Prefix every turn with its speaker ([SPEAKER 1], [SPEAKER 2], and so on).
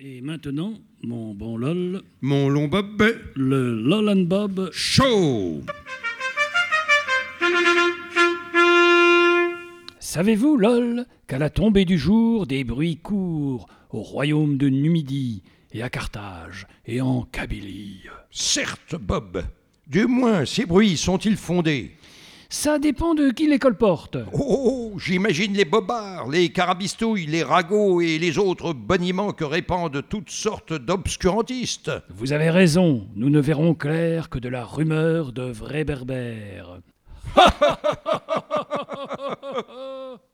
[SPEAKER 1] Et maintenant, mon bon LOL,
[SPEAKER 2] Mon long bob
[SPEAKER 1] le LOL and Bob.
[SPEAKER 2] chaud.
[SPEAKER 1] Savez-vous, LOL, qu'à la tombée du jour, des bruits courent au royaume de Numidie et à Carthage et en Kabylie
[SPEAKER 3] Certes, Bob. Du moins, ces bruits sont-ils fondés
[SPEAKER 1] Ça dépend de qui les colporte.
[SPEAKER 3] Oh, oh, j'imagine les bobards, les carabistouilles, les ragots et les autres boniments que répandent toutes sortes d'obscurantistes.
[SPEAKER 1] Vous avez raison, nous ne verrons clair que de la rumeur de vrais berbères.